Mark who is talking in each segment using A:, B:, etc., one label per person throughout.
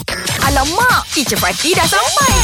A: kacau mak. Teacher Fatih dah sampai.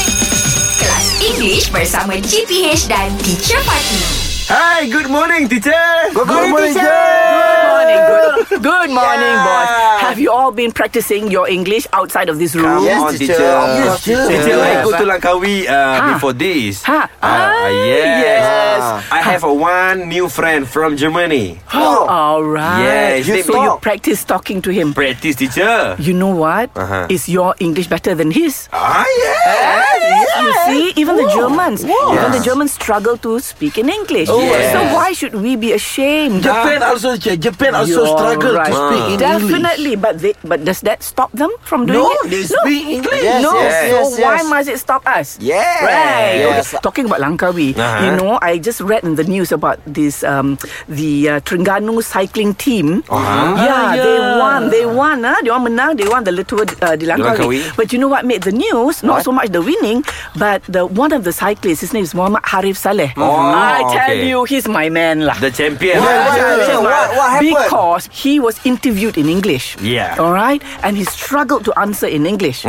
A: Kelas English bersama GPH dan Teacher Fatih.
B: Hi, good morning, teacher. Good
C: morning, teacher.
D: morning. Good, good morning,
B: Yeah.
D: boss. Have you all been practicing your English outside of this room?
C: Yes,
B: Come on,
C: teacher.
B: teacher.
C: Of course,
B: teacher.
C: teacher.
B: I go
C: Yes.
B: to Langkawi uh, before this.
D: Ha.
B: Uh,
D: Ah,
B: yes.
D: yes.
B: I have a one new friend from Germany.
C: Oh.
D: All right.
B: Yes, they
D: so you
B: talk.
D: practice talking to him.
B: Practice, teacher.
D: You know what?
B: Uh-huh.
D: Is your English better than his?
B: Ah, yes.
D: You see, even the Germans, even the
B: Yes.
D: Germans struggle to speak in English.
B: Yes.
D: So why should we be ashamed?
C: Japan also teacher. Japan also
D: You're
C: struggle
D: right. Ah.
C: to speak in
D: Definitely, but they, but does that stop them from doing
C: No,
D: it?
C: they speak English. Yes,
D: Yes, no,
C: yes,
D: so
C: yes,
D: why
C: yes.
D: must it stop us?
C: Yes.
D: right.
C: Yes.
D: Okay. Talking about Langkawi,
B: Uh-huh.
D: you know, I just read in the news about this um, the uh, Terengganu cycling team.
B: Uh-huh.
D: Yeah,
C: Ah, yeah.
D: they won. They won. Ah, they won menang. They won the Letour uh, di
B: Langkawi.
D: Langkawi. But you know what made the news?
C: What?
D: Not so much the winning, but the one of the cyclists. His name is Muhammad Harif Saleh.
B: Oh,
D: I tell
B: okay.
D: you, he's my man lah.
B: The champion.
C: Why, why, why,
D: Yeah,
C: why,
D: yeah, yeah.
C: what happened?
D: Because he was interviewed in English.
B: Yeah.
D: All right. And he struggled to answer in English.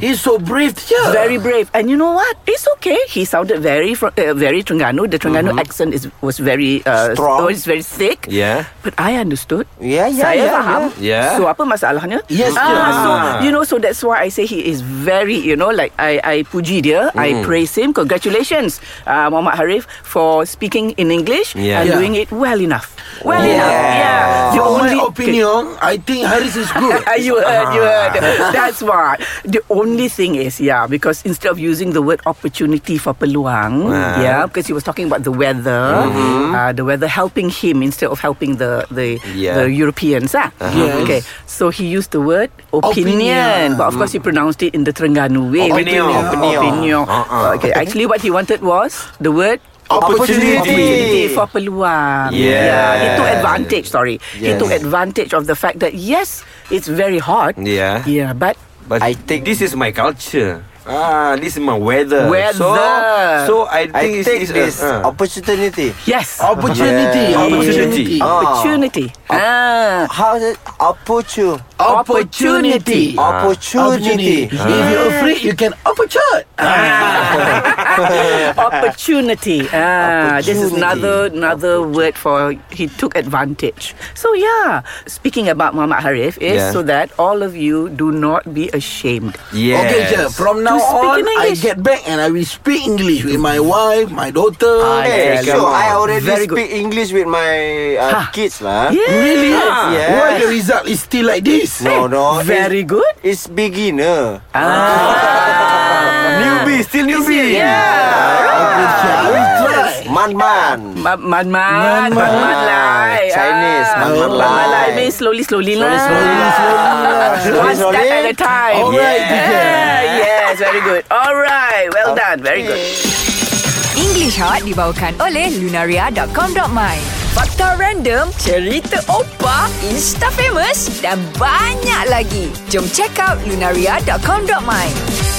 C: He's so brave teacher.
D: Very brave. And you know what? It's okay. He sounded very fr- uh, very Terengganu. The Terengganu accent is was very uh,
C: Mm-hmm. Strong.
D: It's very thick.
B: Yeah.
D: But I understood.
C: Yeah, yeah,
D: Saya
C: yeah,
D: faham.
B: yeah. Yeah.
D: So apa masalahnya?
C: Yes,
D: Ah,
C: yeah.
D: so you know so that's why I say he is very you know like I I puji dia,
C: Mm.
D: I praise him. Congratulations, uh, Muhammad Harif for speaking in English
B: Yeah.
D: and
C: Yeah.
D: doing it well enough. Well
C: Yeah.
D: enough. Yeah. The
C: For my
D: only-
C: opinion, I think Harris is good.
D: Ah, you heard, you heard. That's why. The only thing is, yeah, because instead of using the word opportunity for peluang,
B: Ah.
D: yeah, because he was talking about the weather, uh, the weather helping him instead of helping the the,
B: Yeah.
D: the Europeans. Ah.
C: Yes.
D: Okay, so he used the word opinion,
C: Opinion.
D: but of course he pronounced it in the Terengganu way.
B: Opinion.
C: Opinion.
D: Opinion.
B: Uh-uh.
D: Okay, actually what he wanted was the word
C: Opportunity.
D: Opportunity for peluang.
B: Yes.
D: Yeah, he took advantage. Sorry, he
C: Yes.
D: took advantage of the fact that yes, it's very hot.
B: Yeah.
D: Yeah, but
B: But I think this is my culture. Ah, this is my weather.
D: Weather.
B: So, so I think
E: I
B: it's,
E: take
B: it's,
E: this
B: uh, uh,
E: opportunity.
D: yes,
C: Oh. Opportunity.
B: Yeah.
C: Opportunity.
B: Opportunity.
D: opportunity. Ah.
E: How is it? Opportu-
C: Opportunity.
D: Ah.
E: opportunity.
C: Opportunity. If you're afraid, you can Ah, opportunity.
D: opportunity. Ah, this is
E: Opportunity.
D: another another word for he took advantage. So yeah, speaking about Muhammad Harif is
B: Yeah.
D: so that all of you do not be ashamed.
B: yes.
C: Okay, teacher. From now
D: To speak
C: on,
D: in
C: I
D: English.
C: get back and I will speak English with my wife, my daughter.
E: Hey,
D: Yeah, come
E: so
D: on.
E: I already
D: Very good. Ha.
E: speak English with my uh, kids lah.
D: Yeah.
C: Really?
E: Yes.
C: Why the result is still like this?
E: No, no.
D: Very Ah. good.
E: It's, it's beginner.
B: Newbie, still newbie.
E: Ah.
C: Opportunity. I will try.
E: Man man.
D: Ma- Man man Man man lai
E: Chinese,
D: Ah,
E: man, man,
D: Man man lai
E: lai.
D: means slowly slowly lah
E: slowly, slowly lah.
D: One
E: Slowly,
D: step at
E: slowly.
D: a time
C: Alright,
D: Yeah.
C: teacher.
D: Yes very good Alright well done Very good
A: English Hot dibawakan oleh Lunaria.com.my Fakta random, cerita opa, insta famous dan banyak lagi. Jom check out Lunaria.com.my